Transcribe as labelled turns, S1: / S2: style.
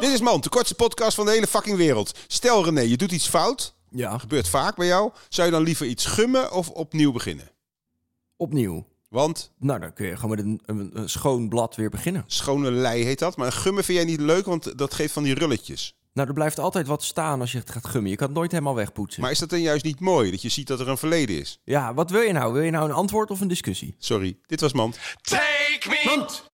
S1: Dit is Man, de kortste podcast van de hele fucking wereld. Stel René, je doet iets fout.
S2: Ja,
S1: Gebeurt vaak bij jou. Zou je dan liever iets gummen of opnieuw beginnen?
S2: opnieuw.
S1: Want
S2: Nou, dan kun je gewoon met een, een, een schoon blad weer beginnen.
S1: schone lei heet dat. Maar een gummen vind jij niet leuk, want dat geeft van die rulletjes.
S2: Nou, er blijft altijd wat staan als je het gaat gummen. Je kan het nooit helemaal wegpoetsen.
S1: Maar is dat dan juist niet mooi? Dat je ziet dat er een verleden is.
S2: Ja, wat wil je nou? Wil je nou een antwoord of een discussie?
S1: Sorry, dit was Man.
S3: Take me.